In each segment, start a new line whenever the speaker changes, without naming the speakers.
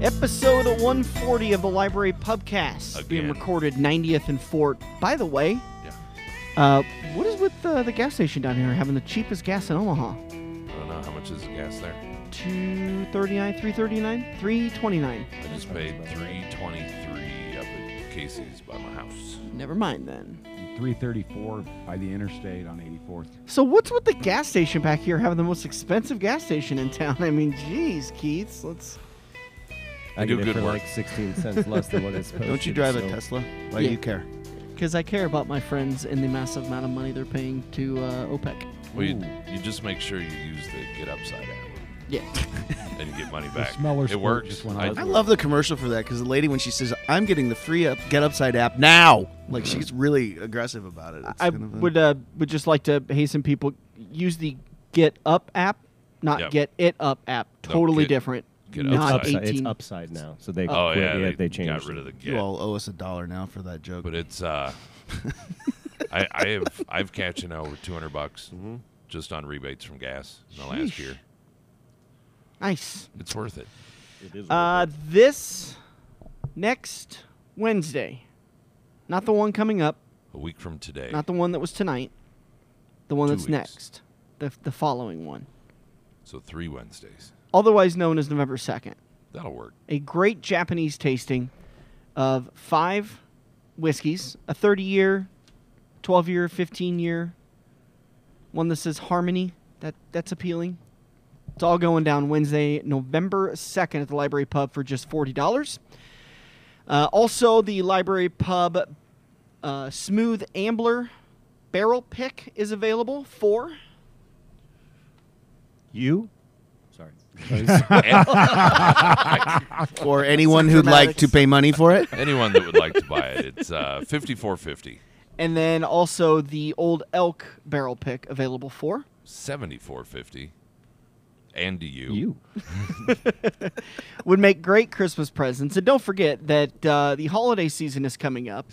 Episode 140 of the Library Pubcast being
Again.
recorded 90th and Fort. By the way,
Yeah.
uh, what is with the, the gas station down here having the cheapest gas in Omaha?
I don't know how much is the gas there.
239, 339, 329.
I just paid three twenty three up at Casey's by my house.
Never mind then.
334 by the interstate on 84th.
So what's with the gas station back here having the most expensive gas station in town? I mean, geez, Keats, let's.
I
I
do
get
good
it for
work.
like 16 cents less than what it's supposed
Don't you drive
so.
a Tesla? Why
Yeah.
do you care?
Because I care about my friends and the massive amount of money they're paying to uh, OPEC.
Well, you, you just make sure you use the get upside down
Yeah.
and you get money back.
smeller
it
sport
works.
just went
I,
out.
I love the commercial for that because the lady, when she says, "I'm getting the free up Get Upside app now," like she's really aggressive about it. It's
I
kind of a-
would uh, would just like to hasten people use the Get Up app, not
Yep.
Get It Up app.
No,
Totally
Get-
different.
Get
It's
not
upside, it's
18.
upside now. So they
oh
quit.
yeah, they,
they changed.
got rid of the
you
get.
all owe us a dollar now for that joke.
but it's uh, I, I have I've catching over two hundred bucks just on rebates from gas in the last
Sheesh.
year.
Nice.
It's worth it.
It is
Uh, this next Wednesday, not the one coming up,
A week from today.
not the one that was tonight, the one
Two
that's
weeks.
next, the the following one,
so three Wednesdays.
otherwise known as November second.
That'll work.
a great Japanese tasting of five whiskeys a 30 year, 12 year, 15 year, one that says Harmony. That, that's appealing. It's all going down Wednesday, November 2nd at the Library Pub for just $40. Uh, also, the Library Pub uh, Smooth Ambler Barrel Pick is available for.
you? Sorry.
or anyone who'd like to pay money for it.
Anyone that would like to buy it, it's uh, fifty four fifty.
And then also the Old Elk Barrel Pick available for.
Seventy four fifty. And to you.
you.
would make great Christmas presents. And don't forget that uh, the holiday season is coming up.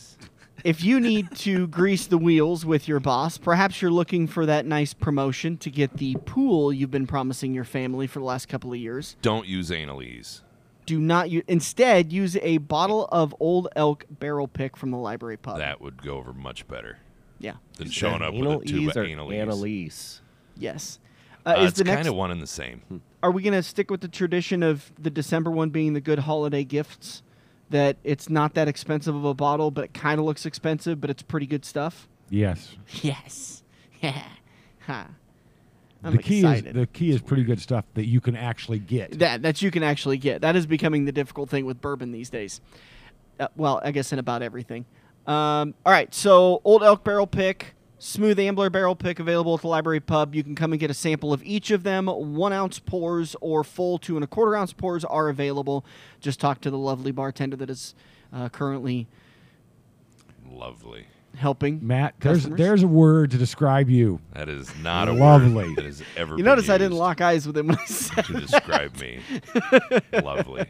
If you need to grease the wheels with your boss, perhaps you're looking for that nice promotion to get the pool you've been promising your family for the last couple of years.
Don't use analese.
Do not u- instead use a bottle of Old Elk Barrel Pick from the library pub.
That would go over much better
Yeah.
than showing up
Anal
with a tube
ease
of
or
analese.
Annalise?
Yes.
Uh,
Uh, is
it's
the
kind
next? Hmm.
of one and the same.
Are we going to stick with the tradition of the December one being the good holiday gifts? That it's not that expensive of a bottle, but it kind of looks expensive, but it's pretty good stuff.
Yes.
Yes. Yeah. Huh. I'm
the key
excited.
is the key is pretty good stuff that you can actually get.
that that you can actually get. That is becoming the difficult thing with bourbon these days. Uh, well, I guess in about everything. Um, all right, so Old Elk Barrel Pick, Smooth Ambler Barrel Pick available at the Library Pub. You can come and get a sample of each of them. One ounce pours or full two and a quarter ounce pours are available. Just talk to the lovely bartender that is uh, currently
Lovely.
helping.
Matt, there's
Customers?
there's a word to describe you.
That is not a
Lovely.
word that has ever.
you
been
notice I didn't
used
lock eyes with him when I said
to describe me. Lovely.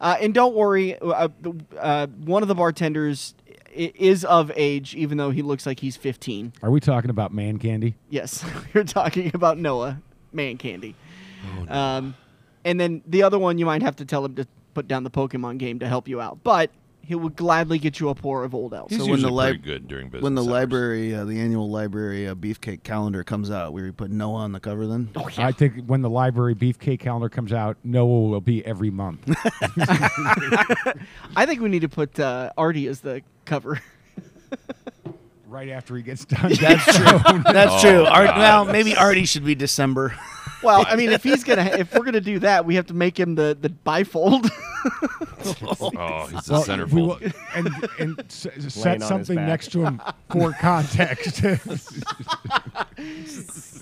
Uh, and don't worry, uh, the- uh, one of the bartenders i- is of age, even though he looks like he's 15.
Are we talking about man candy?
Yes, you're talking about Noah, man candy. um, and then the other one, you might have to tell him to put down the Pokemon game to help you out, but he will gladly get you a pour of Old Elk.
He's
So
usually
when the lib-
pretty good during business.
When the
hours.
library, uh, the annual library uh, beefcake calendar comes out, we put Noah on the cover. Then
oh,
I think when the library beefcake calendar comes out, Noah will be every month.
I think we need to put uh, Artie as the cover.
right after he gets done.
that's true. That's
Oh,
true. Art,
God.
well, maybe Artie should be December.
Well, I mean, if he's gonna, if we're gonna do that, we have to make him the the bifold.
Oh, he's a
Well,
centerfold.
we will- and and s- s-
Laying
set
on his
something
back.
next to him for context.
Get the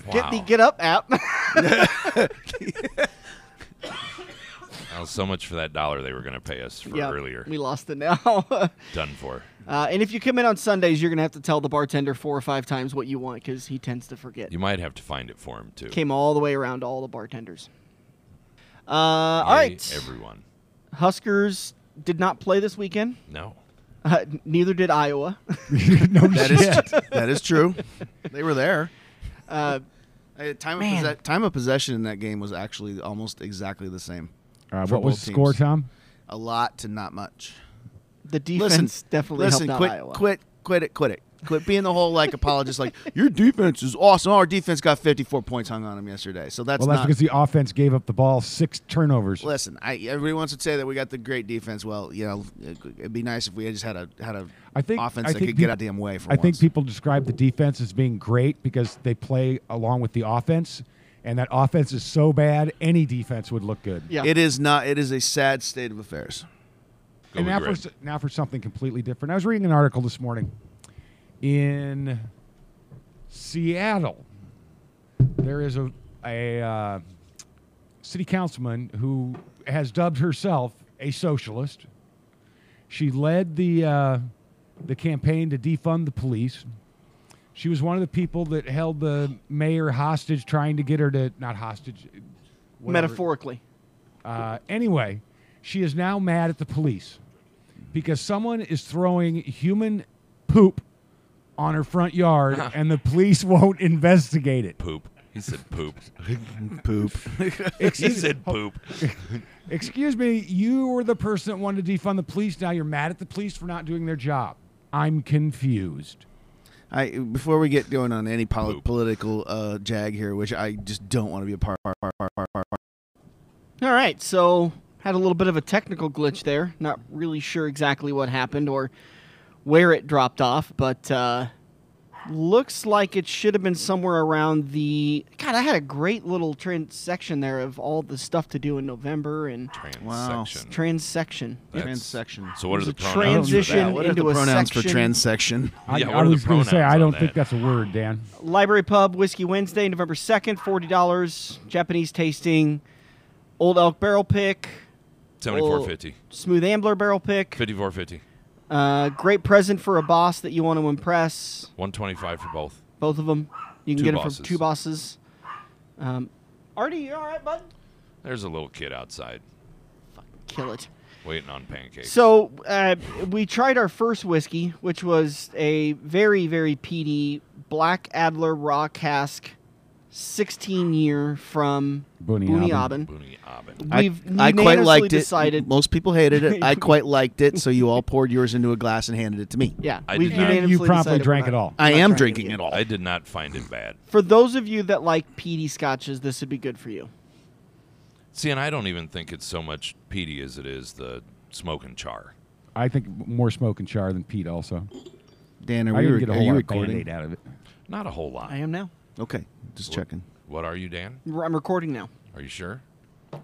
Wow.
Get Up app.
Oh, so much for that dollar they were going to pay us for
Yeah,
earlier.
we lost it now.
Done for.
Uh, and if you come in on Sundays, you're gonna have to tell the bartender four or five times what you want because he tends to forget.
You might have to find it for him too.
Came all the way around to all the bartenders. Uh,
Yay,
all right,
Everyone.
Huskers did not play this weekend.
No.
Uh, n- neither did Iowa.
no
That
shit.
is that is true. They were there.
Uh,
I- time, of possess- time of possession in that game was actually almost exactly the same.
Uh,
For
what was
both
the score,
teams.
Tom?
A lot to not much.
The defense
Listen,
definitely
listen,
helped
quit,
out Iowa.
quit, quit it, quit it, quit being the whole like apologist. Like your defense is awesome. Our defense got 54 points hung on them yesterday, so that's
well, that's
not.
because the offense gave up the ball six turnovers.
listen, I, everybody wants to say that we got the great defense. Well, you know, it, would be nice if we just had a had a
I think
offense
I
that
think peop-
could get out of damn way for
I
once.
think people describe the defense as being great because they play along with the offense, and that offense is so bad any defense would look good.
Yeah.
It is not. It is a sad state of affairs.
Go
And
with
now for,
Greg.
s- now for something completely different. I was reading an article this morning in Seattle. There is a, a uh, city councilman who has dubbed herself a socialist. She led the, uh, the campaign to defund the police. She was one of the people that held the mayor hostage, trying to get her to, not hostage, metaphor.
Metaphorically.
Uh, anyway, she is now mad at the police because someone is throwing human poop on her front yard and the police won't investigate it.
poop. He said poop.
Poop.
he said poop.
Excuse me, you were the person that wanted to defund the police. Now you're mad at the police for not doing their job. I'm confused.
I before we get going on any poli-
Poop.
political uh, jag here, which I just don't want to be a part. part, part, part, part, part.
All right, so had a little bit of a technical glitch there. Not really sure exactly what happened or where it dropped off, but uh, looks like it should have been somewhere around the. God, I had a great little transection there of all the stuff to do in November and
Wow.
Transection.
transection.
That's-
Transection.
So what are
It
the
was a
pronouns?
transition
For that?
what are
into
the
a
pronouns for
section.
transection?
I,
Yeah, what
I
are the
was going to say,
pronouns
I
on
don't think
that?
that's a word, Dan.
Library Pub, Whiskey Wednesday, November 2nd, $40. Japanese tasting, Old Elk Barrel Pick,
Seventy-four fifty.
Smooth Ambler Barrel Pick.
Fifty-four fifty.
Uh, great present for a boss that you want to impress.
One twenty-five for both.
Both of them. You can
Two
get it
bosses.
from two bosses. Um, Artie, you all right, bud?
There's a little kid outside
Kill it.
waiting on pancakes.
So uh, we tried our first whiskey, which was a very, very peaty Black Adler Raw Cask, 16 year from
Booney
Booney
Abbin.
Abbin.
Booney Abbin.
We've
I quite
unanimously
liked
decided.
it. Most people hated it. I quite liked it. So you all poured yours into a glass and handed it to me.
yeah,
I
we've
did not. And
you
unanimously
probably
decided we're
drank
not-
it all.
I
not trying
am
to
drinking
do
it all.
I did not find it bad.
For those of you that like peaty scotches, this would be good for you.
See, and I don't even think it's so much peaty as it is the smoke and char.
I think more smoke and char than Pete also.
Dan, are,
I
we,
didn't
re-
get a
are
whole
you
lot of
recording?
Band-Aid out of it.
Not a whole lot.
I am now.
Okay, just checking.
What are you, Dan?
I'm recording now.
Are you sure?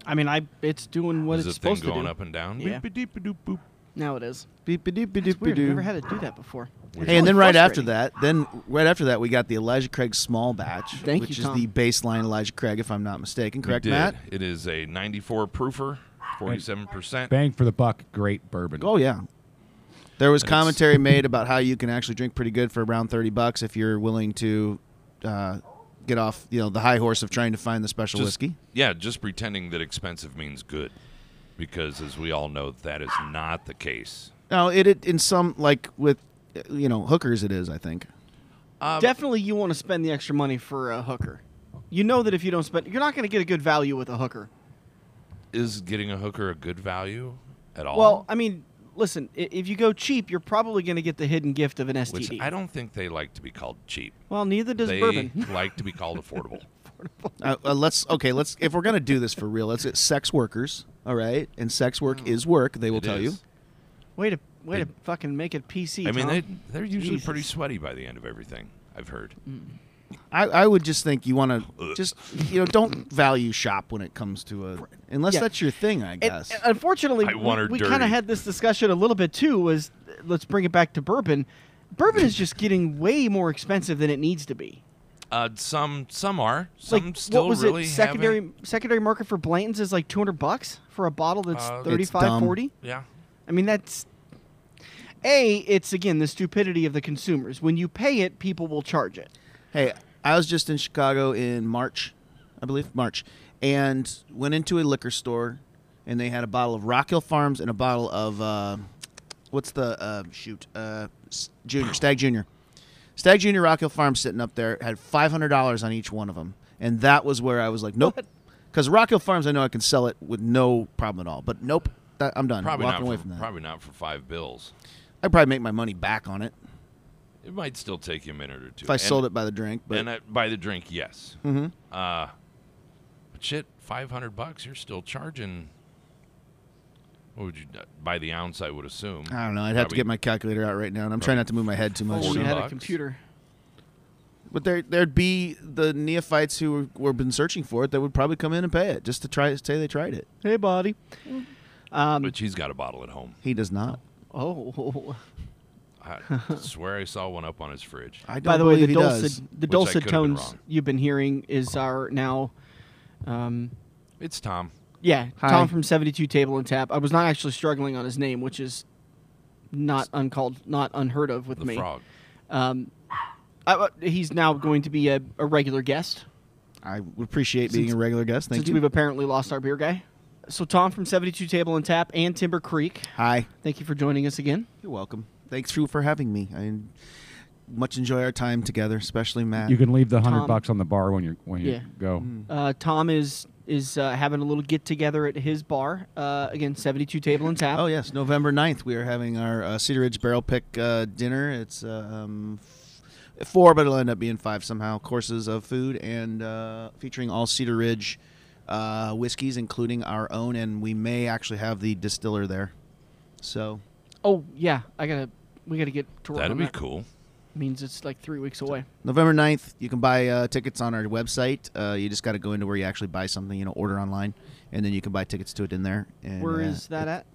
I mean, I it's doing what
is
it's
the thing
supposed
going
to do.
up and down?
Yeah.
Beep-a-doop-a-doop-boop.
Now it is.
Beep, ba doop, ba
It's
doop, ba
weird. I've never
doo.
had to do that before. It's
Hey, and
really
then right after
frustrating.
that, then right after that, we got the Elijah Craig small batch,
Thank
which
you,
is
Tom.
the baseline Elijah Craig, if I'm not mistaken.
We
Correct,
did.
Matt?
It is a 94 proofer, 47%.
Bang for the buck, great bourbon.
Oh yeah. There was
And it's-
commentary made about how you can actually drink pretty good for around thirty bucks if you're willing to uh, get off, you know, the high horse of trying to find the special
Just-
whiskey.
Yeah, just pretending that expensive means good. Because as we all know, that is not the case.
No, it, it in some like with, uh, you know, hookers. It is, I think.
Um,
Definitely, you want to spend the extra money for a hooker. You know that if you don't spend, you're not going to get a good value with a hooker.
is getting a hooker a good value at all?
Well, I mean, listen, i- if you go cheap, you're probably going to get the hidden gift of an STD.
which I don't think they like to be called cheap.
well, neither does
they
bourbon.
like to be called affordable.
Uh, uh, let's okay. Let's if we're gonna do this for real, let's get sex workers. All right, and sex work is work. They will
Mm. It
tell
is.
you.
way to way to fucking make it PC.
I mean,
Tom.
they they're usually pretty
Jesus. Mm.
sweaty by the end of everything. I've heard.
I, I would just think you want to just you know don't value shop when it comes to a unless
Yeah.
that's your thing. I
And-
guess.
and unfortunately,
I want her
we, kind
dirty.
of had this discussion a little bit too. Was uh, let's bring it back to bourbon. Bourbon is just getting way more expensive than it needs to be.
Uh, some some are
Like
some still
what was
really
it? Secondary
haven't-
secondary market for Blanton's is like 200 bucks for a bottle that's
Uh, It's
35,
dumb.
40.
Yeah,
I mean that's a. It's again the stupidity of the consumers. When you pay it, people will charge it.
Hey, I was just in Chicago in March, I believe March, and went into a liquor store, and they had a bottle of Rock Hill Farms and a bottle of uh, what's the uh, shoot uh, S- Junior Stag Junior, Stag Junior Rock Hill Farms sitting up there had five hundred dollars on each one of them, and that was where I was like, nope, Because Rock Hill Farms, I know I can sell it with no problem at all. But nope, that, I'm done.
Probably
Walking
not
away
for,
from that.
Probably not for five bills.
I'd probably make my money back on it
It might still take you a minute or two.
if I sold it by the drink. But
and I, by the drink, yes. Mm-hmm. Uh, but shit, five hundred bucks. You're still charging. What would you uh, by the ounce? I would assume.
I don't know. I'd have to
Probably-
get my calculator out right now, and I'm trying not to move my head too much.
Oh, we
Forty
had a
bucks.
computer.
But there, there'd be the neophytes who were, were been searching for it that would probably come in and pay it just to try say they tried it.
Hey, buddy. Um,
But she's got a bottle at home.
He does not.
oh.
I swear I saw one up on his fridge.
I don't
By the way,
believe
the
he does.
dulcet, the
I
dulcet
could've been
tones
wrong.
you've been hearing is our now, um,
It's Tom.
yeah,
Hi.
Tom from Seventy Two Table and Tap. I was not actually struggling on his name, which is not uncalled, not unheard of with
The
me.
frog.
Um, I, uh, he's now going to be a, a regular guest
I would appreciate being
Since-
a regular guest. Thank
since
you.
we've apparently lost our beer guy. So Tom from Seventy Two Table and Tap and Timber Creek,
Hi.
thank you for joining us again.
You're welcome. Thanks you for having me. I much enjoy our time together, especially Matt.
You can leave the
Tom.
hundred bucks on the bar when you when you
Yeah.
go.
Uh, Tom is is uh, having a little get together at his bar uh, again, Seventy Two Table and Tap.
Oh yes, November 9th, we are having our uh, Cedar Ridge Barrel Pick uh, dinner. It's uh, um, f- four, but it'll end up being five somehow. Courses of food and uh, featuring all Cedar Ridge uh, whiskeys, including our own, and we may actually have the distiller there. So
Oh yeah, I gotta. We gotta get to work.
That'd
on
be
that.
cool.
Means it's like three weeks away.
November 9th, you can buy uh, tickets on our website. Uh, you just got to go into where you actually buy something, you know, order online, and then you can buy tickets to it in there. And, uh,
Where is that at?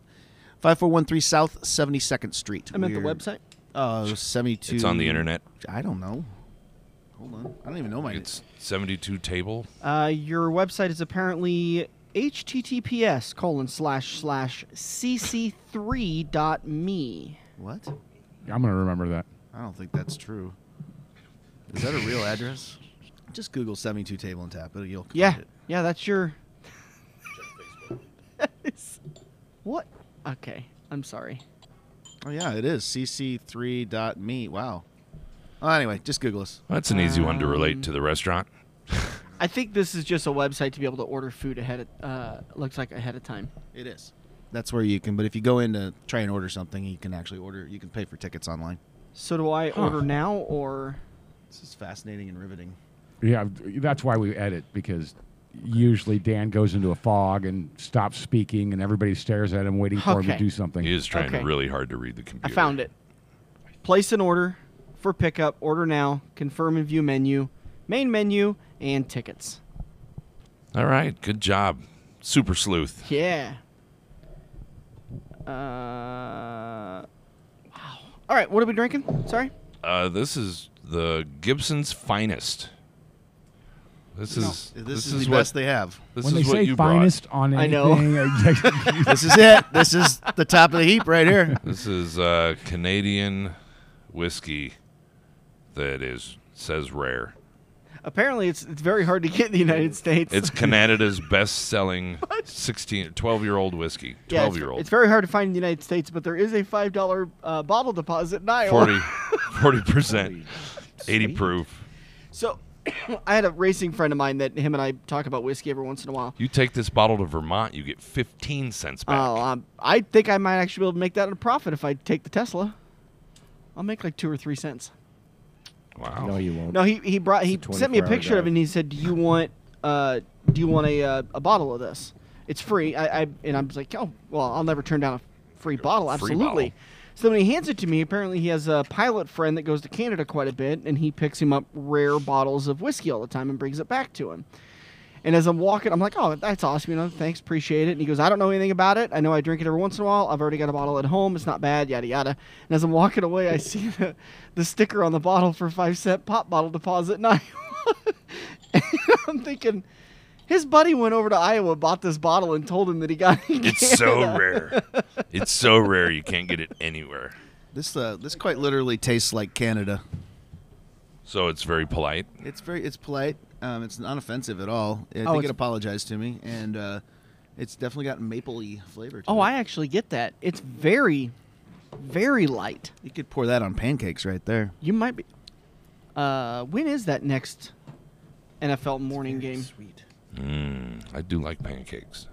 5413 South 72nd Street.
I meant the
We're-
website.
Oh, 72.
It's on the internet.
I don't know. Hold on. I don't even know my.
It's seventy-two table.
Uh, your website is apparently https colon slash slash cc3 dot me.
what?
I'm gonna remember that.
I don't think that's true. Is that a real address? Just Google 72 table and tap. It'll, you'll find
Yeah,
it.
yeah, that's your. It's- what? Okay, I'm sorry.
Oh, yeah, it is. cc3.me. Wow. Well, anyway, just Google us.
That's an easy one to relate
Um,
to the restaurant.
I think this is just a website to be able to order food ahead of. Uh, looks like ahead of time.
It is. That's where you can. But if you go in to try and order something, you can actually order. You can pay for tickets online.
So do I
Huh.
order now or?
This is fascinating and riveting.
Yeah, that's why we edit because usually Dan goes into a fog and stops speaking, and everybody stares at him waiting for him
Okay.
to do something.
He is trying
Okay.
really hard to read the
I
computer.
found it. Place an order for pickup. Order now. Confirm and view menu, main menu, and tickets.
All right, good job, super sleuth.
Yeah. Uh. Wow. All right. What are we drinking? Sorry.
Uh, this is the Gibson's finest. This is
This,
this
is, the
what,
best they have.
This
when
is
they
what
say
you
finest on
I know.
anything, uh, I-
this is it. This is the top of the heap right here.
brought. This is uh, Canadian whiskey that is says rare.
Apparently, it's it's very hard to get in the United States.
It's Canada's best-selling 16 12-year-old whiskey.
Yeah, it's-
12-year-old.
It's very hard to find in the United States, but there is a five dollar uh, bottle deposit in Iowa.
40 percent, eighty proof.
So, I had a racing friend of mine that him and I talk about whiskey every once in a while.
You take this bottle to Vermont, you get fifteen cents back.
Oh, um, I think I might actually be able to make that a profit if I take the Tesla. I'll make like two or three cents.
wow!
No, you won't.
No, he he brought he
It's a
sent me a
24-hour
picture of it
drive.
and he said, "Do you want uh do you want a uh, a bottle of this? It's free." I, I and I was like, "Oh, well, I'll never turn down a free bottle,
Free
absolutely."
bottle.
So when he hands it to me, apparently he has a pilot friend that goes to Canada quite a bit, and he picks him up rare bottles of whiskey all the time and brings it back to him. And as I'm walking, I'm like, "Oh, that's awesome, you know, thanks, appreciate it." And he goes, "I don't know anything about it. I know I drink it every once in a while. I've already got a bottle at home. It's not bad, yada yada." And as I'm walking away, I see the, the sticker on the bottle for five cent pop bottle deposit in Iowa. And I'm thinking, his buddy went over to Iowa, bought this bottle, and told him that he got. it in
It's so
Canada.
rare. It's so rare you can't get it anywhere.
This uh, this quite literally tastes like Canada.
So it's very polite.
It's very it's polite. Um, it's not offensive at all. I
Oh, it's-
think it apologized to me, and uh, it's definitely got mapley flavor. To
Oh,
it.
I actually get that. It's very, very light.
You could pour that on pancakes right there.
You might be. Uh, when is that next NFL morning game?
Sweet.
Mm, I do like pancakes.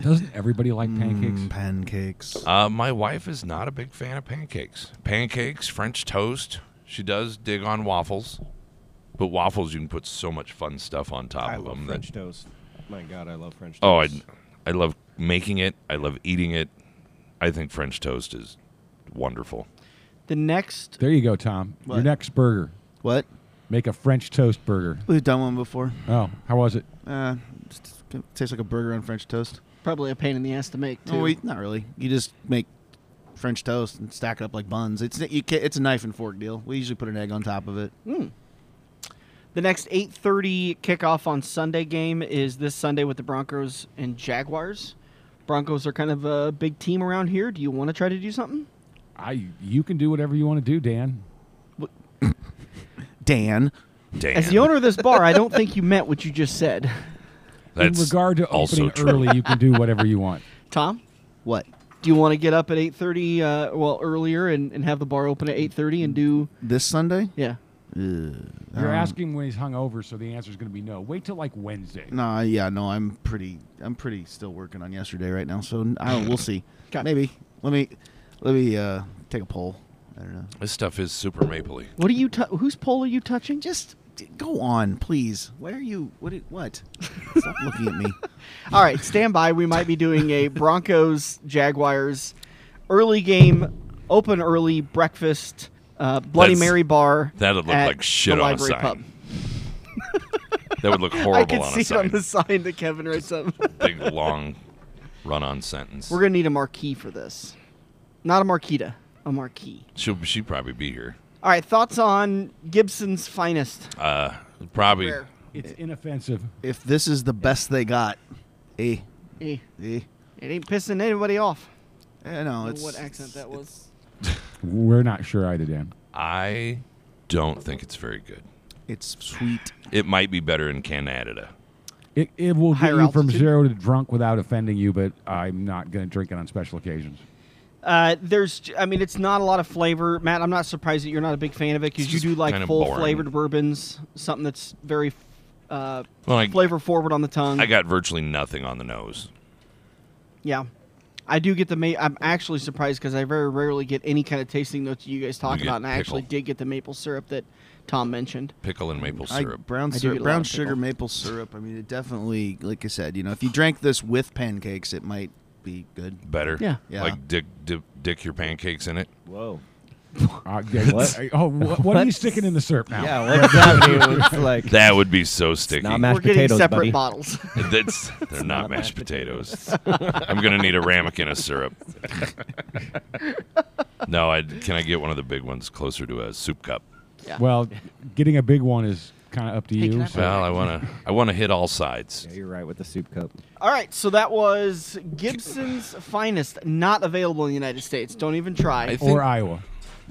Doesn't everybody
Hmm.
like pancakes?
Mm, pancakes.
Uh, my wife is not a big fan of pancakes. Pancakes, French toast. She does dig on waffles, but waffles you can put so much fun stuff on top
I
of
love
them.
French
That,
toast. My God, I love French toast.
oh, I, I love making it. I love eating it. I think French toast is wonderful.
The next
There you go, Tom. Your
What?
next burger.
What?
Make a French toast burger.
We've done one before.
Oh, how was it?
Uh, just- it tastes like a burger on French toast.
probably a pain in the ass to
Oh,
make too.
No, we, not really. You just make French toast and stack it up like buns. It's you ca it's a knife and fork deal. We usually put an egg on top of it.
Mm. The next 8:30 kickoff on Sunday game is this Sunday with the Broncos and Jaguars. Broncos are kind of a big team around here. Do you want to try to do something?
I you can do whatever you want to do, Dan.
Dan,
Damn.
As the owner of this bar, I don't think you meant what you just said.
that's
In regard to
also
opening
true.
early, you can do whatever you want.
Tom,
what?
do you want to get up at 8:30 uh, well earlier and, and have the bar open at 8:30 and do
This Sunday? Um,
yeah.
You're
Um,
asking when he's hungover, so the answer is going to be no. Wait till like Wednesday.
Nah, yeah, no. I'm pretty. I'm pretty still working on yesterday right now. So I don't. We'll see.
Okay.
Maybe. Let me. Let me uh, take a poll. I don't know.
This stuff is super mapley.
What are you t- whose pole are you touching?
Just d- go on, please. Why are you? What? did- What? Stop looking at me.
All right, stand by. We might be doing a Broncos Jaguars early game, open early breakfast, uh, Bloody
That's-
Mary bar.
That'd look
at
like shit
the
on a
library
sign.
pub.
That would look horrible
I can
on
see
a
it on
sign.
the sign that Kevin writes up.
Big long run-on sentence.
We're gonna need a marquee for this, not a marquita, a marquee.
She'll she probably be here.
All right, thoughts on Gibson's finest?
Uh, probably.
Where?
It's inoffensive.
If this is the best they got, eh,
Eh,
eh.
It ain't pissing anybody off.
I know
I
it's
don't know what accent that was?
We're not sure either, Dan.
I don't think it's very good.
It's sweet.
It might be better in Canada.
It, it will get
Higher
you from
altitude?
zero to drunk without offending you, but I'm not going to drink it on special occasions.
Uh, there's, j- I mean, it's not a lot of flavor, Matt. I'm not surprised that you're not a big fan of it
It's
because you
just
do like
kinda
full
boring.
flavored bourbons, something that's very uh,
Well, I,
flavor forward on the tongue.
I got virtually nothing on the nose.
yeah, I do get the. Ma- I'm actually surprised because I very rarely get any kind of tasting notes you guys talk
get
about, and I actually
pickle.
did get the maple syrup that Tom mentioned.
Pickle and maple
I,
syrup.
brown
I do
syrup,
get a lot
brown
of
sugar,
pickle.
maple syrup. I mean, it definitely, like I said, you know, if you drank this with pancakes, it might be good.
better.
Yeah.
Yeah.
Like dick, dip, dick your pancakes in it.
Whoa.
Uh, yeah,
What?
Oh, what, what are you sticking in the syrup now?
Yeah, what's that, dude? It's like
That would be so sticky.
not mashed
We're getting
potatoes,
separate
buddy.
bottles.
That's, they're not, mashed potatoes. I'm gonna need a ramekin of syrup. no, I can I get one of the big ones closer to a soup cup.
yeah.
Well, getting a big one is kind of up to
Hey, can
you.
I
so-
Well, I wanna I wanna hit all sides.
Yeah, you're right with the soup cup.
All right, so that was Gibson's finest, not available in the United States. Don't even try.
I
or
think-
Iowa.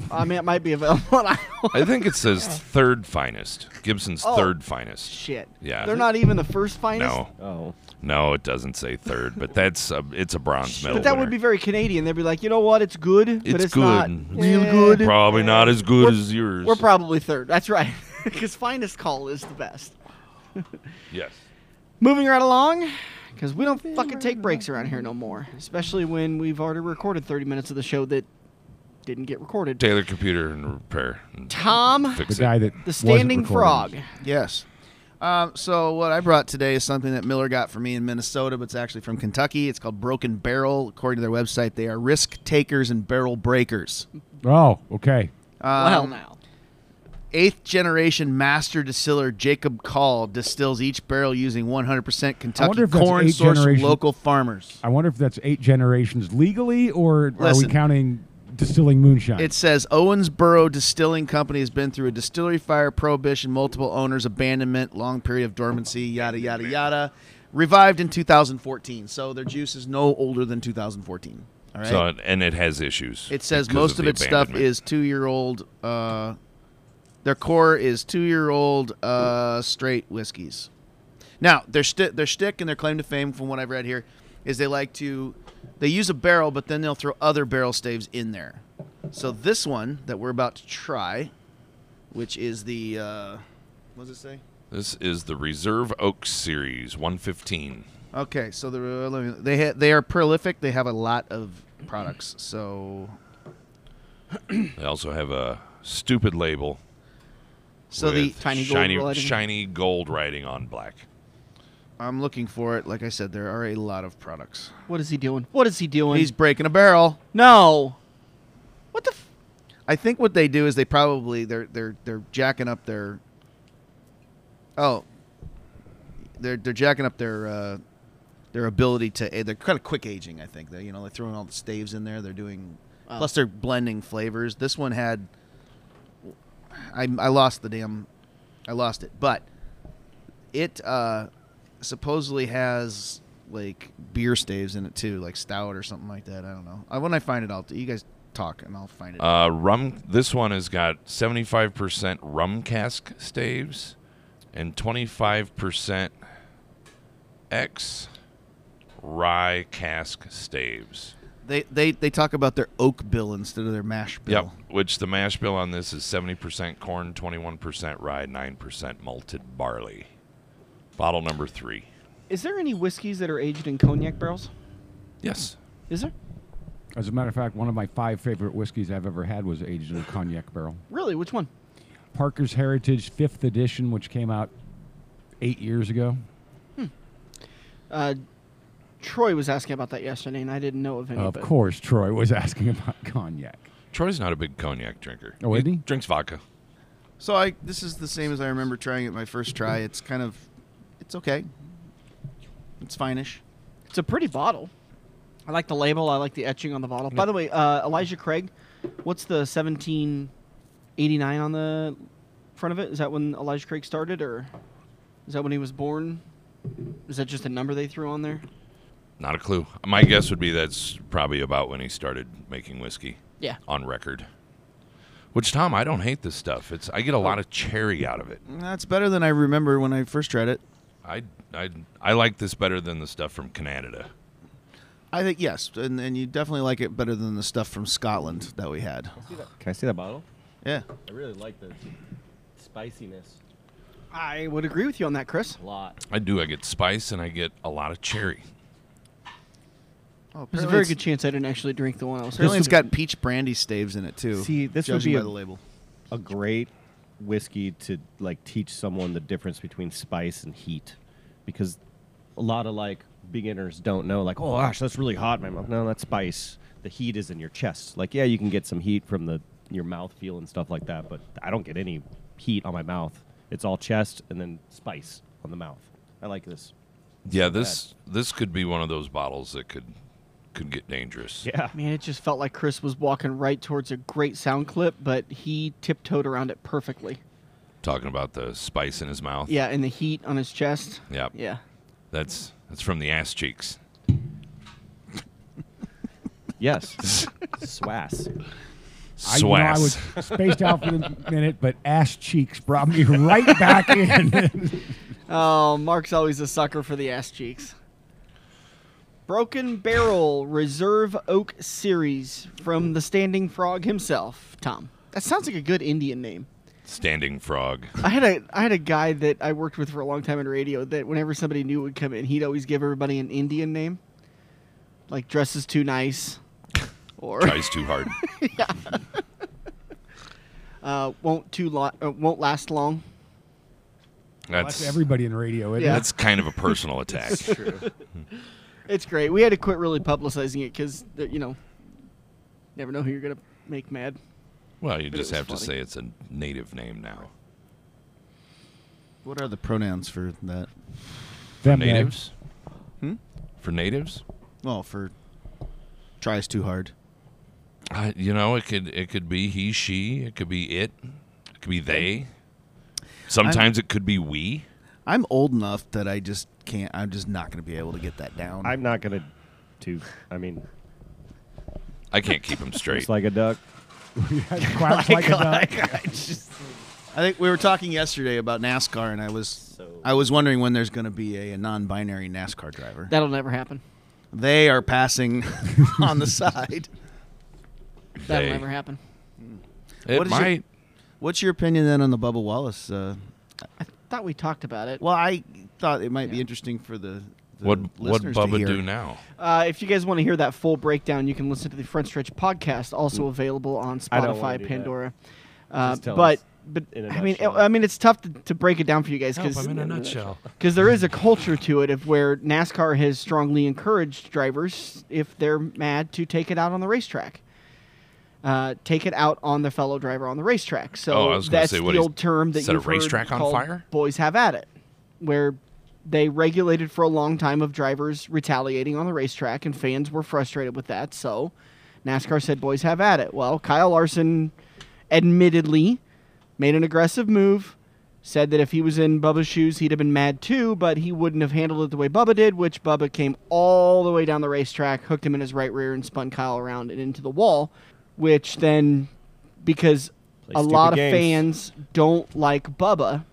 I mean, it might be available. in Iowa.
I think it says third finest. Gibson's
Oh.
third finest.
Shit.
Yeah.
They're not even the first finest.
No,
Oh,
no, it doesn't say third, but that's a, it's a bronze medal.
But that would
winner.
be very Canadian. They'd be like, you know what? It's good, but
It's
it's not
good.
real good.
Probably not as good
We're-
as yours.
We're probably third. That's right. Because finest call is the best.
yes.
Moving right along, because we don't fucking take breaks around here no more. Especially when we've already recorded 30 minutes of the show that didn't get recorded.
Taylor computer and repair. And
Tom,
fix
The
it.
guy that
the
wasn't
standing
recording.
frog.
Yes. Um, so what I brought today is something that Miller got for me in Minnesota, but it's actually from Kentucky. It's called Broken Barrel. According to their website, they are risk takers and barrel breakers.
Oh, okay.
Um,
Well, now.
eighth generation master distiller Jacob Call distills each barrel using 100% Kentucky
if that's
corn
eighth
sourced from
generation-
local farmers.
I wonder if that's eight generations legally, or are
Listen.
we counting distilling moonshine?
It says Owensboro Distilling Company has been through a distillery fire, prohibition, multiple owners, abandonment, long period of dormancy, yada yada yada. Revived in 2014, so their juice is no older than 2014. All right.
So it- and it has issues.
It says
because
most of,
the
its stuff
abandonment.
is two year old. Uh, their core is two year old uh, straight whiskeys. Now their sti- their shtick and their claim to fame, from what I've read here, is they like to they use a barrel, but then they'll throw other barrel staves in there. So this one that we're about to try, which is the uh, what does it say?
This is the Reserve Oaks Series 115.
Okay, so the uh, let me- they ha- they are prolific. They have a lot of products. So
They also have a stupid label.
so the
with
Tiny gold
shiny,
writing?
shiny gold writing on black.
I'm looking for it. Like I said, there are a lot of products.
What is he doing? What is he doing?
He's breaking a barrel.
no. What the? F-
I think what they do is they probably they're they're they're jacking up their oh they're they're jacking up their uh, their ability to eh, they're kind of quick aging. I think they you know they're throwing all the staves in there. They're doing
Oh.
plus they're blending flavors. This one had I I lost the damn I lost it, but it uh, supposedly has like beer staves in it too, like stout or something like that. I don't know. I, when I find it, I'll you guys talk and I'll find it.
Uh, rum. This one has got 75% rum cask staves and 25% X rye cask staves.
They, they they talk about their oak bill instead of their mash bill.
Yep. Which the mash bill on this is 70% corn, 21% rye, 9% malted barley. Bottle number three.
is there any whiskeys that are aged in cognac barrels?
Yes.
Is there?
As a matter of fact, one of my five favorite whiskeys I've ever had was aged in a cognac barrel.
Really? Which one?
Parker's Heritage Fifth Edition, which came out eight years ago.
Uh, Troy was asking about that yesterday, and I didn't know of any.
Of
but-
course, Troy was asking about cognac.
Troy's not a big cognac drinker.
Oh, isn't he?
Drinks vodka.
So I this is the same as I remember trying it my first try. It's kind of it's okay. It's fine-ish.
It's a pretty bottle. I like the label. I like the etching on the bottle. By the way, uh, Elijah Craig, what's the 1789 on the front of it? Is that when Elijah Craig started, or is that when he was born? Is that just a number they threw on there?
Not a clue. My guess would be that's probably about when he started making whiskey
Yeah.
on record. Which Tom, I don't hate this stuff. It's I get a lot of cherry out of it.
That's better than I remember when I first tried it.
I I I like this better than the stuff from Canada.
I think yes, and, and you definitely like it better than the stuff from Scotland that we had.
Can I see that bottle?
Yeah.
I really like the spiciness
I would agree with you on that, Chris.
a lot.
I do. I get spice and I get a lot of cherry.
Oh,
There's a very good chance I didn't actually drink the one I was.
Apparently, it's
supposed
got peach brandy staves in it too.
See, this would
judging
be
by
a-
the label.
A great whiskey to like teach someone the difference between spice and heat, because a lot of like beginners don't know. Like, oh gosh, that's really hot in my mouth. No, that's spice. The heat is in your chest. Like, yeah, you can get some heat from the your mouth feel and stuff like that, but I don't get any heat on my mouth. It's all chest and then spice on the mouth. I like this.
Yeah, this this could be one of those bottles that could could get dangerous.
Yeah.
to- Man, it just felt like Chris was walking right towards a great sound clip, but he tiptoed around it perfectly.
Talking about the spice in his mouth.
Yeah, and the heat on his chest.
Yep.
Yeah.
That's that's from the ass cheeks.
Yes. Swass.
I, you know, I was
Swass.
spaced out for a minute, but ass cheeks brought me right back in.
Oh, Mark's always a sucker for the ass cheeks. Broken Barrel Reserve Oak Series from the Standing Frog himself, Tom. That sounds like a good Indian name.
Standing frog.
I had a I had a guy that I worked with for a long time in radio that whenever somebody new would come in, he'd always give everybody an Indian name, like dresses too nice, or
Tries too hard.
uh, won't too lo- uh, won't last long.
That's
That's everybody in radio, isn't
Yeah.
it?
that's kind of a personal attack.
It's great. We had to quit really publicizing it because you know, never know who you're gonna make mad.
Well, you
But it
just
was
have to
funny.
say it's a native name now.
What are the pronouns for that?
Them
Natives?
Hmm?
For natives?
Well, for tries too hard.
Uh, you know, it could it could be he, she, it could be it, it could be they. Sometimes it could be we.
I'm old enough that I just can't. I'm just not going to be able to get that down.
I'm not gonna. To I mean,
I can't keep them straight.
it's like a duck.
natives. Quacks like a duck.
I think we were talking yesterday about NASCAR, and I was I was wondering when there's going to be a, a non-binary NASCAR driver.
That'll never happen.
they are passing on the side.
That'll
They.
never happen.
it
What is your-
might.
What's your opinion then on the Bubba Wallace? Uh,
thought we talked about it.
Well, I thought it might be interesting for the, the
What what
listeners to
Bubba
hear.
do now?
Uh, if you guys want to hear that full breakdown, you can listen to the Front Stretch podcast, also available on
I don't wanna
Spotify,
do that.
Pandora. Uh,
Just tell
but
us
but
in a
I mean,
nutshell.
I mean, it's tough to, to break it down for you guys
Help,
because
I'm in a nutshell.
because there is a culture to it of where NASCAR has strongly encouraged drivers, if they're mad, to take it out on the racetrack. Uh, take it out on the fellow driver on the racetrack. So
Oh, I was gonna
that's
say, what
the
is-
old term that
set a
you've heard
racetrack on
called
fire?
Boys have at it, where they regulated for a long time of drivers retaliating on the racetrack, and fans were frustrated with that. So NASCAR said, "Boys have at it." Well, Kyle Larson, admittedly, made an aggressive move. Said that if he was in Bubba's shoes, he'd have been mad too, but he wouldn't have handled it the way Bubba did, which Bubba came all the way down the racetrack, hooked him in his right rear, and spun Kyle around and into the wall, which then, because
Play
a
stupid
lot of
games.
fans don't like Bubba,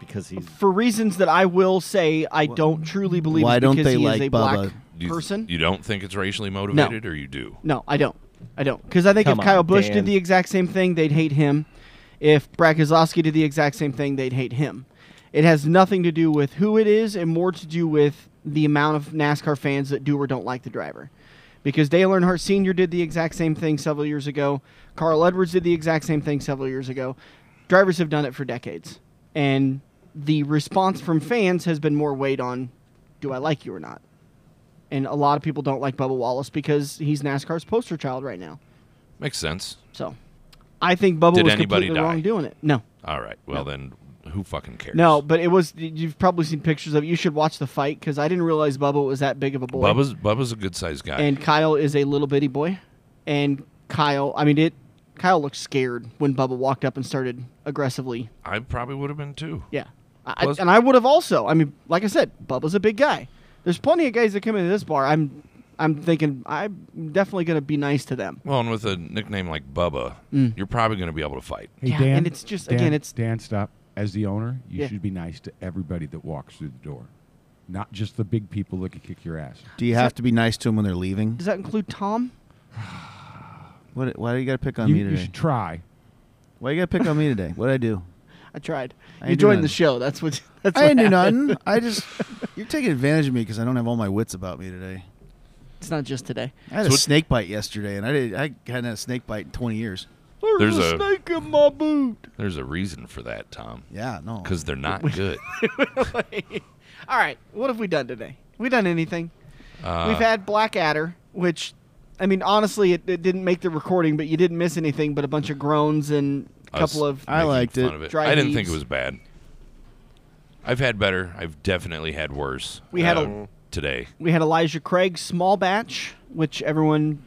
because he's
for reasons that I will say I don't truly believe
why
is
don't
because
they
he
like
is a
Bubba?
black
You,
person.
you don't think it's racially motivated, or you do?
No, I don't. I don't. Because I think
Come
if
on,
Kyle Bush
Dan.
did the exact same thing, they'd hate him. If Brad Keselowski did the exact same thing, they'd hate him. It has nothing to do with who it is and more to do with the amount of NASCAR fans that do or don't like the driver. Because Dale Earnhardt Sr. did the exact same thing several years ago. Carl Edwards did the exact same thing several years ago. Drivers have done it for decades. And the response from fans has been more weight on do I like you or not? and a lot of people don't like Bubba Wallace because he's NASCAR's poster child right now.
Makes sense.
So, I think Bubba
Did
was
anybody
completely
die?
wrong doing it. No,
All right. Well, then who fucking cares?
no, but it was. You've probably seen pictures of. it. You should watch the fight because I didn't realize Bubba was that big of a boy.
Bubba's Bubba's a good sized guy.
and Kyle is a little bitty boy, and Kyle. I mean, it. Kyle looked scared when Bubba walked up and started aggressively.
I probably would have been too.
Yeah, I,
Plus-
and I would have also. I mean, like I said, Bubba's a big guy. There's plenty of guys that come into this bar. I'm, I'm thinking I'm definitely gonna be nice to them.
Well, and with a nickname like Bubba,
Mm.
you're probably going to be able to fight.
Hey,
Yeah,
Dan.
and it's just-
Dan,
again, it's-
Dan. Stop. As the owner, you
Yeah.
should be nice to everybody that walks through the door, not just the big people that can kick your ass.
Do you have to be nice to them when they're leaving?
Does that include Tom?
What, why do you got to pick on
You,
me
you
today?
should try.
Why you got to pick on me today? What would I do?
I tried.
I
you
ain't do
joined
nothing.
the show. That's what. That's
I
what
didn't do
happened.
nothing. I just you're taking advantage of me because I don't have all my wits about me today.
It's not just today.
I had
So
a
what-
snake bite yesterday, and I did. I hadn't had a snake bite in 20 years.
There's,
There's
a,
a-
snake in my boot.
There's a reason for that, Tom.
Yeah, no.
Because they're not good.
All right, what have we done today? We done anything?
Uh,
We've had Blackadder, which, I mean, honestly, it, it didn't make the recording, but you didn't miss anything but a bunch of groans and a
us
couple of.
I
making
liked
fun
it.
of
Dry
I didn't think
heaves.
it was bad. I've had better. I've definitely had worse. uh,
We had a-
today.
we had Elijah Craig's small batch, which everyone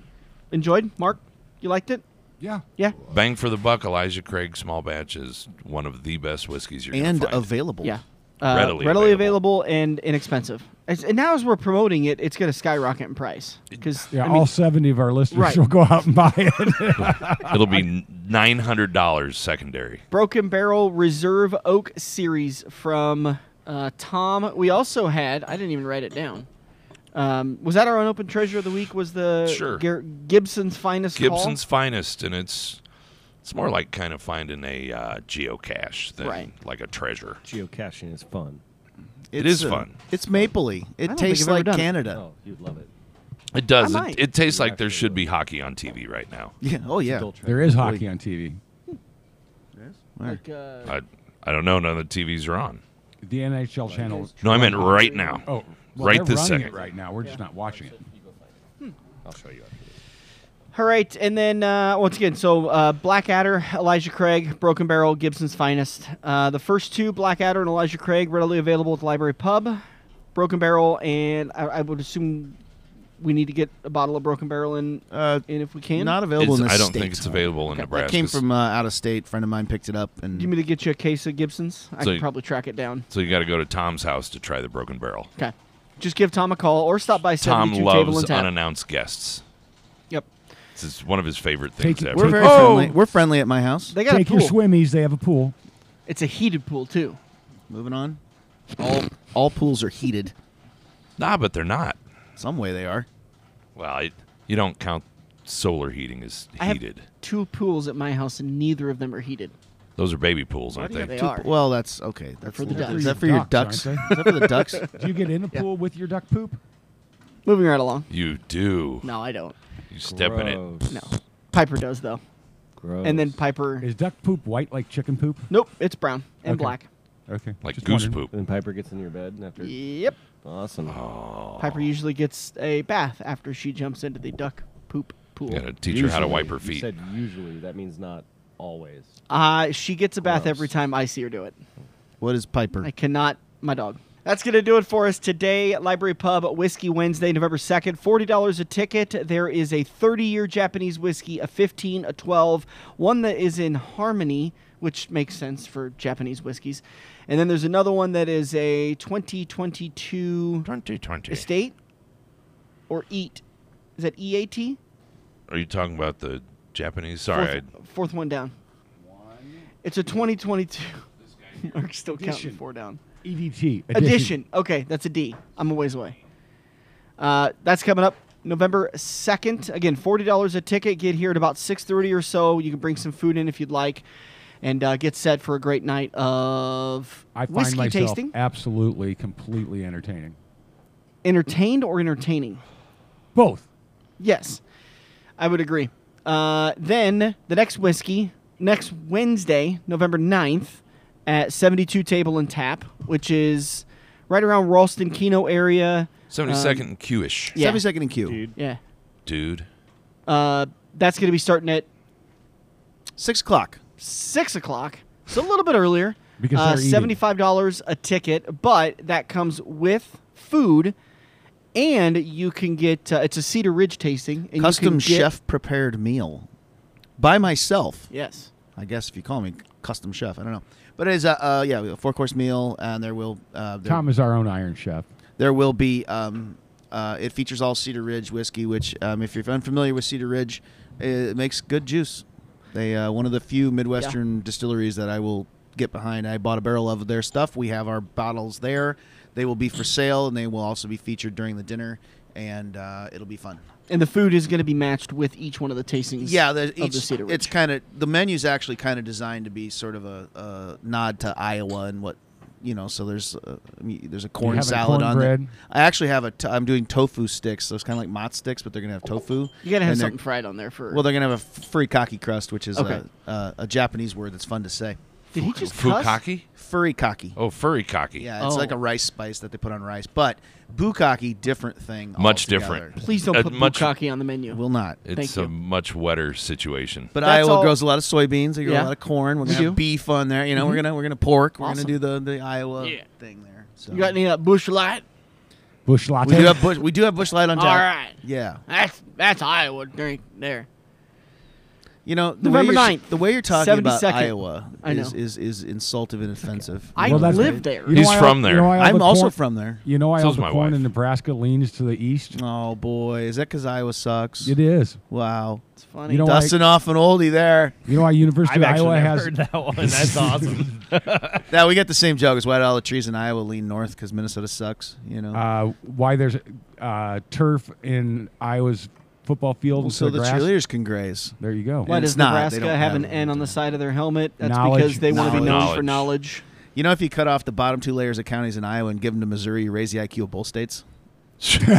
enjoyed. Mark, you liked it?
Yeah.
Yeah.
Bang for the buck, Elijah Craig Small Batch is one of the best whiskeys you're
and
gonna find.
available.
Yeah. Uh,
Readily
available. and inexpensive. As, and now as we're promoting it, it's going to skyrocket in price. Because
Yeah,
I mean,
all 70 of our listeners
Right.
will go out and buy it.
It'll be nine hundred dollars secondary.
Broken Barrel Reserve Oak Series from uh, Tom. We also had, I didn't even write it down. Um, was that our unopened treasure of the week? Was the
Sure.
Gar- Gibson's finest haul?
Gibson's finest, and it's it's more like kind of finding a uh, geocache than
Right.
like a treasure.
geocaching is fun.
It's,
is
uh,
fun.
It's mapley.
don't
It
think
tastes
I've ever
like
done it.
Canada.
Oh, you'd love it.
It does.
I
It,
might.
it tastes like there
actually uh,
should be hockey on TV right now.
Yeah. Oh yeah.
there is hockey on TV.
Where?
Like, uh,
I, I don't know. None of the TVs are on.
The NHL channel.
No, I meant right now.
Oh, well,
Right
they're
this
running
second.
It right now. We're just not watching it.
I'll show you. after this.
All right, and then uh, once again, so uh, Blackadder, Elijah Craig, Broken Barrel, Gibson's Finest. Uh, the first two, Blackadder and Elijah Craig, readily available at the Library Pub. Broken Barrel, and I, I would assume we need to get a bottle of Broken Barrel in,
Uh,
in if we can.
not available
It's,
in the
I don't
States.
think it's available in Nebraska.
That came from uh, out of state. friend of mine picked it up, and
Do you mean to get you a case of Gibson's? I
So
can
you-
probably track it down.
so you got to go to Tom's house to try the broken barrel.
Okay. Just give Tom a call or stop by
Tom
72 Table
loves
and Tap.
unannounced guests.
yep.
This is one of his favorite things
Take it-
we're
ever.
take-
very
Oh!
friendly. We're friendly at my house.
They got
Take
a
your
pool.
swimmies. They have a pool.
It's a heated pool, too.
Moving on. All all pools are heated.
Nah, but they're not.
Some way they are.
Well, I, you don't count solar heating as
I have
heated.
two pools at my house, and neither of them are heated.
Those are baby pools, aren't
do you
they?
have are.
Two- Well, that's okay. That's
for the
a little-
ducks.
Is that for your
Ducks,
ducks?
aren't
Is that for the ducks?
Do you get in the
Yeah.
pool with your duck poop?
Moving right along.
You do.
No, I don't.
You step in it.
Gross.
No. Piper does though.
Gross.
And then Piper.
Is duck poop white like chicken poop?
Nope, it's brown and
Okay.
black.
Okay.
Like
just
goose
wondering.
poop.
And then Piper gets in your bed and after.
Yep.
Awesome.
Oh,
Piper usually gets a bath after she jumps into the duck poop pool.
You gotta teach her how to
Usually.
wipe her
You
feet.
said usually. That means not always.
Uh, she gets a bath
Gross.
every time I see her do it.
What is Piper?
I cannot, my dog. That's going to do it for us today. Library Pub Whiskey Wednesday, November 2nd. $40 a ticket. There is a 30 year Japanese whiskey, a 15, a 12, one that is in harmony, which makes sense for Japanese whiskeys. And then there's another one that is a 2022
2020.
estate or eat. Is that E EAT?
Are you talking about the Japanese? Sorry,
Fourth, fourth one down. It's a 2022. Mark's still counting
Edition.
four down.
E EDT.
Edition. Okay, that's a D. I'm a ways away. Uh, that's coming up November 2nd. Again, $40 a ticket. Get here at about 6.30 or so. You can bring some food in if you'd like and uh, get set for a great night of
I find
whiskey
myself
tasting.
absolutely, completely entertaining.
Entertained or entertaining?
Both.
Yes, I would agree. Uh, then the next whiskey, next Wednesday, November 9th, at 72 Table and Tap, which is right around Ralston Keno area.
seventy second and Q-ish,
um, Yeah.
Seventy second in queue.
Yeah.
dude.
Uh, that's going to be starting at
Six o'clock.
6 o'clock, so a little bit earlier.
Because
uh,
they're eating.
$75 a ticket, but that comes with food. And you can get uh, it's a Cedar Ridge tasting. And you
Custom
can get-
chef prepared meal by myself.
Yes.
I guess if you call me custom chef, I don't know. But it is a uh, yeah, a four course meal, and there will uh, there,
Tom is our own Iron Chef.
there will be um, uh, it features all Cedar Ridge whiskey, which um, if you're unfamiliar with Cedar Ridge, it makes good juice. They uh, one of the few Midwestern distilleries that I will get behind. I bought a barrel of their stuff. We have our bottles there. They will be for sale, and they will also be featured during the dinner, and uh, it'll be fun.
And the food is going to be matched with each one of the tastings.
Yeah, the,
of
each,
the Cedar Ridge.
it's kind of the menu's actually kind of designed to be sort of a, a nod to Iowa and what you know. So there's a, I mean, there's a corn
have a
salad on there.
cornbread?
I actually have a. T- I'm doing tofu sticks. So it's kind of like mott sticks, but they're gonna have tofu.
You gotta have
and they're-
something fried on there for.
Well, they're gonna have a furry cocky crust, which is
Okay.
a, a, a Japanese word that's fun to say.
did he just cuss?
Fukaki?
Furry cocky.
Oh, furry cocky.
Yeah, it's
Oh.
like a rice spice that they put on rice, but bukkake, different thing.
Much
altogether.
different.
Please don't
Uh,
put
much-
bukkake on the menu.
Will not.
It's
Thank you.
a much wetter situation.
But
That's
Iowa
all-
grows a lot of soybeans. They grow
Yeah.
a lot of corn. We're
We
gonna
do.
have beef on there. You know, we're gonna we're gonna pork. We're
Awesome.
gonna do the the Iowa
Yeah.
thing there. So.
you got any of that bush light?
Bush latte.
We do have bush. We do have bush light on
All
tap.
right.
Yeah.
That's that's Iowa drink there.
You know, the
November
way you're-
9th,
The way you're talking about
72nd.
Iowa
I know.
is, is is insultive and offensive.
I
You know,
that's-
live there.
you know
He's
why
from
all-
there.
You know why all
I'm
the
also
corn-
from there.
You know why all
So's
the
my
corn
wife.
in Nebraska leans to the east?
Oh boy, is that because Iowa sucks?
It is.
Wow,
It's funny.
you know-
dusting off an oldie there.
You know why University of Iowa has
that one. That's awesome.
Now we get the same joke as why do all the trees in Iowa lean north because Minnesota sucks. You know,
uh, why there's uh, turf in Iowa's football field
so
instead
the
of grass?
cheerleaders can graze.
There you go.
Why
And
does
it's not. They
Nebraska
don't
have
have
an
it.
N on the side of their helmet? That's
Knowledge.
because they want to be known
Knowledge.
for knowledge.
You know, if you cut off the bottom two layers of counties in Iowa and give them to Missouri, you raise the IQ of both states. Go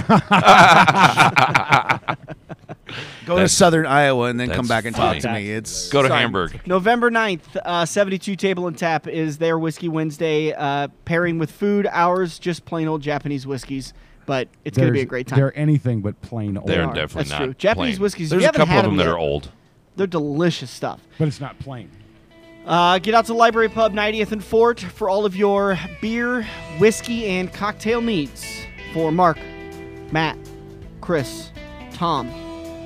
That's-
to southern Iowa and then come
that's
back and
funny.
talk to me. It's
Go to
Sorry.
Hamburg.
November 9th, uh, 72 Table and Tap is their Whiskey Wednesday, uh, pairing with food. Ours, just plain old Japanese whiskeys, but it's going to be
There's-
a great time.
They're anything but plain old.
They're
are.
definitely
That's
not.
true. Japanese
plain.
whiskeys, if
There's
you
a
haven't
couple
had
of them
them
that
yet-
are old.
They're delicious stuff.
But it's not plain.
Uh, get out to Library Pub 90th and Fort for all of your beer, whiskey, and cocktail needs. For Mark, Matt, Chris, Tom,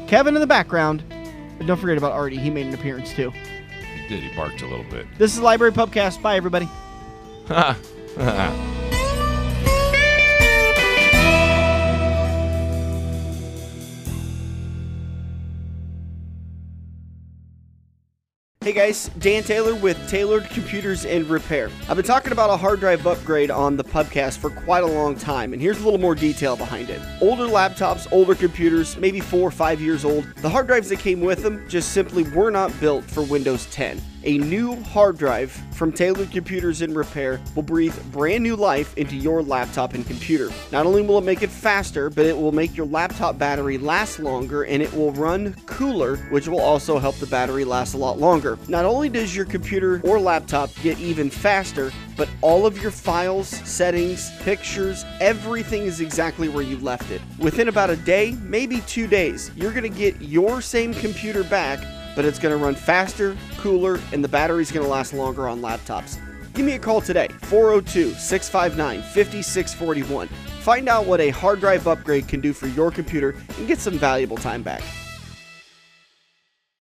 Kevin in the background. And don't forget about Artie, he made an appearance too.
He did. He barked a little bit.
This is Library Pubcast. Bye, everybody. Hey guys, Dan Taylor with Tailored Computers and Repair. I've been talking about a hard drive upgrade on the podcast for quite a long time, and here's a little more detail behind it. Older laptops, older computers, maybe four or five years old, the hard drives that came with them just simply were not built for Windows 10. A new hard drive from Tailored Computers in Repair will breathe brand new life into your laptop and computer. Not only will it make it faster, but it will make your laptop battery last longer and it will run cooler, which will also help the battery last a lot longer. Not only does your computer or laptop get even faster, but all of your files, settings, pictures, everything is exactly where you left it. Within about a day, maybe two days, you're gonna get your same computer back, but it's gonna run faster, cooler, and the battery's gonna last longer on laptops. Give me a call today, 402 659 5641. Find out what a hard drive upgrade can do for your computer and get some valuable time back.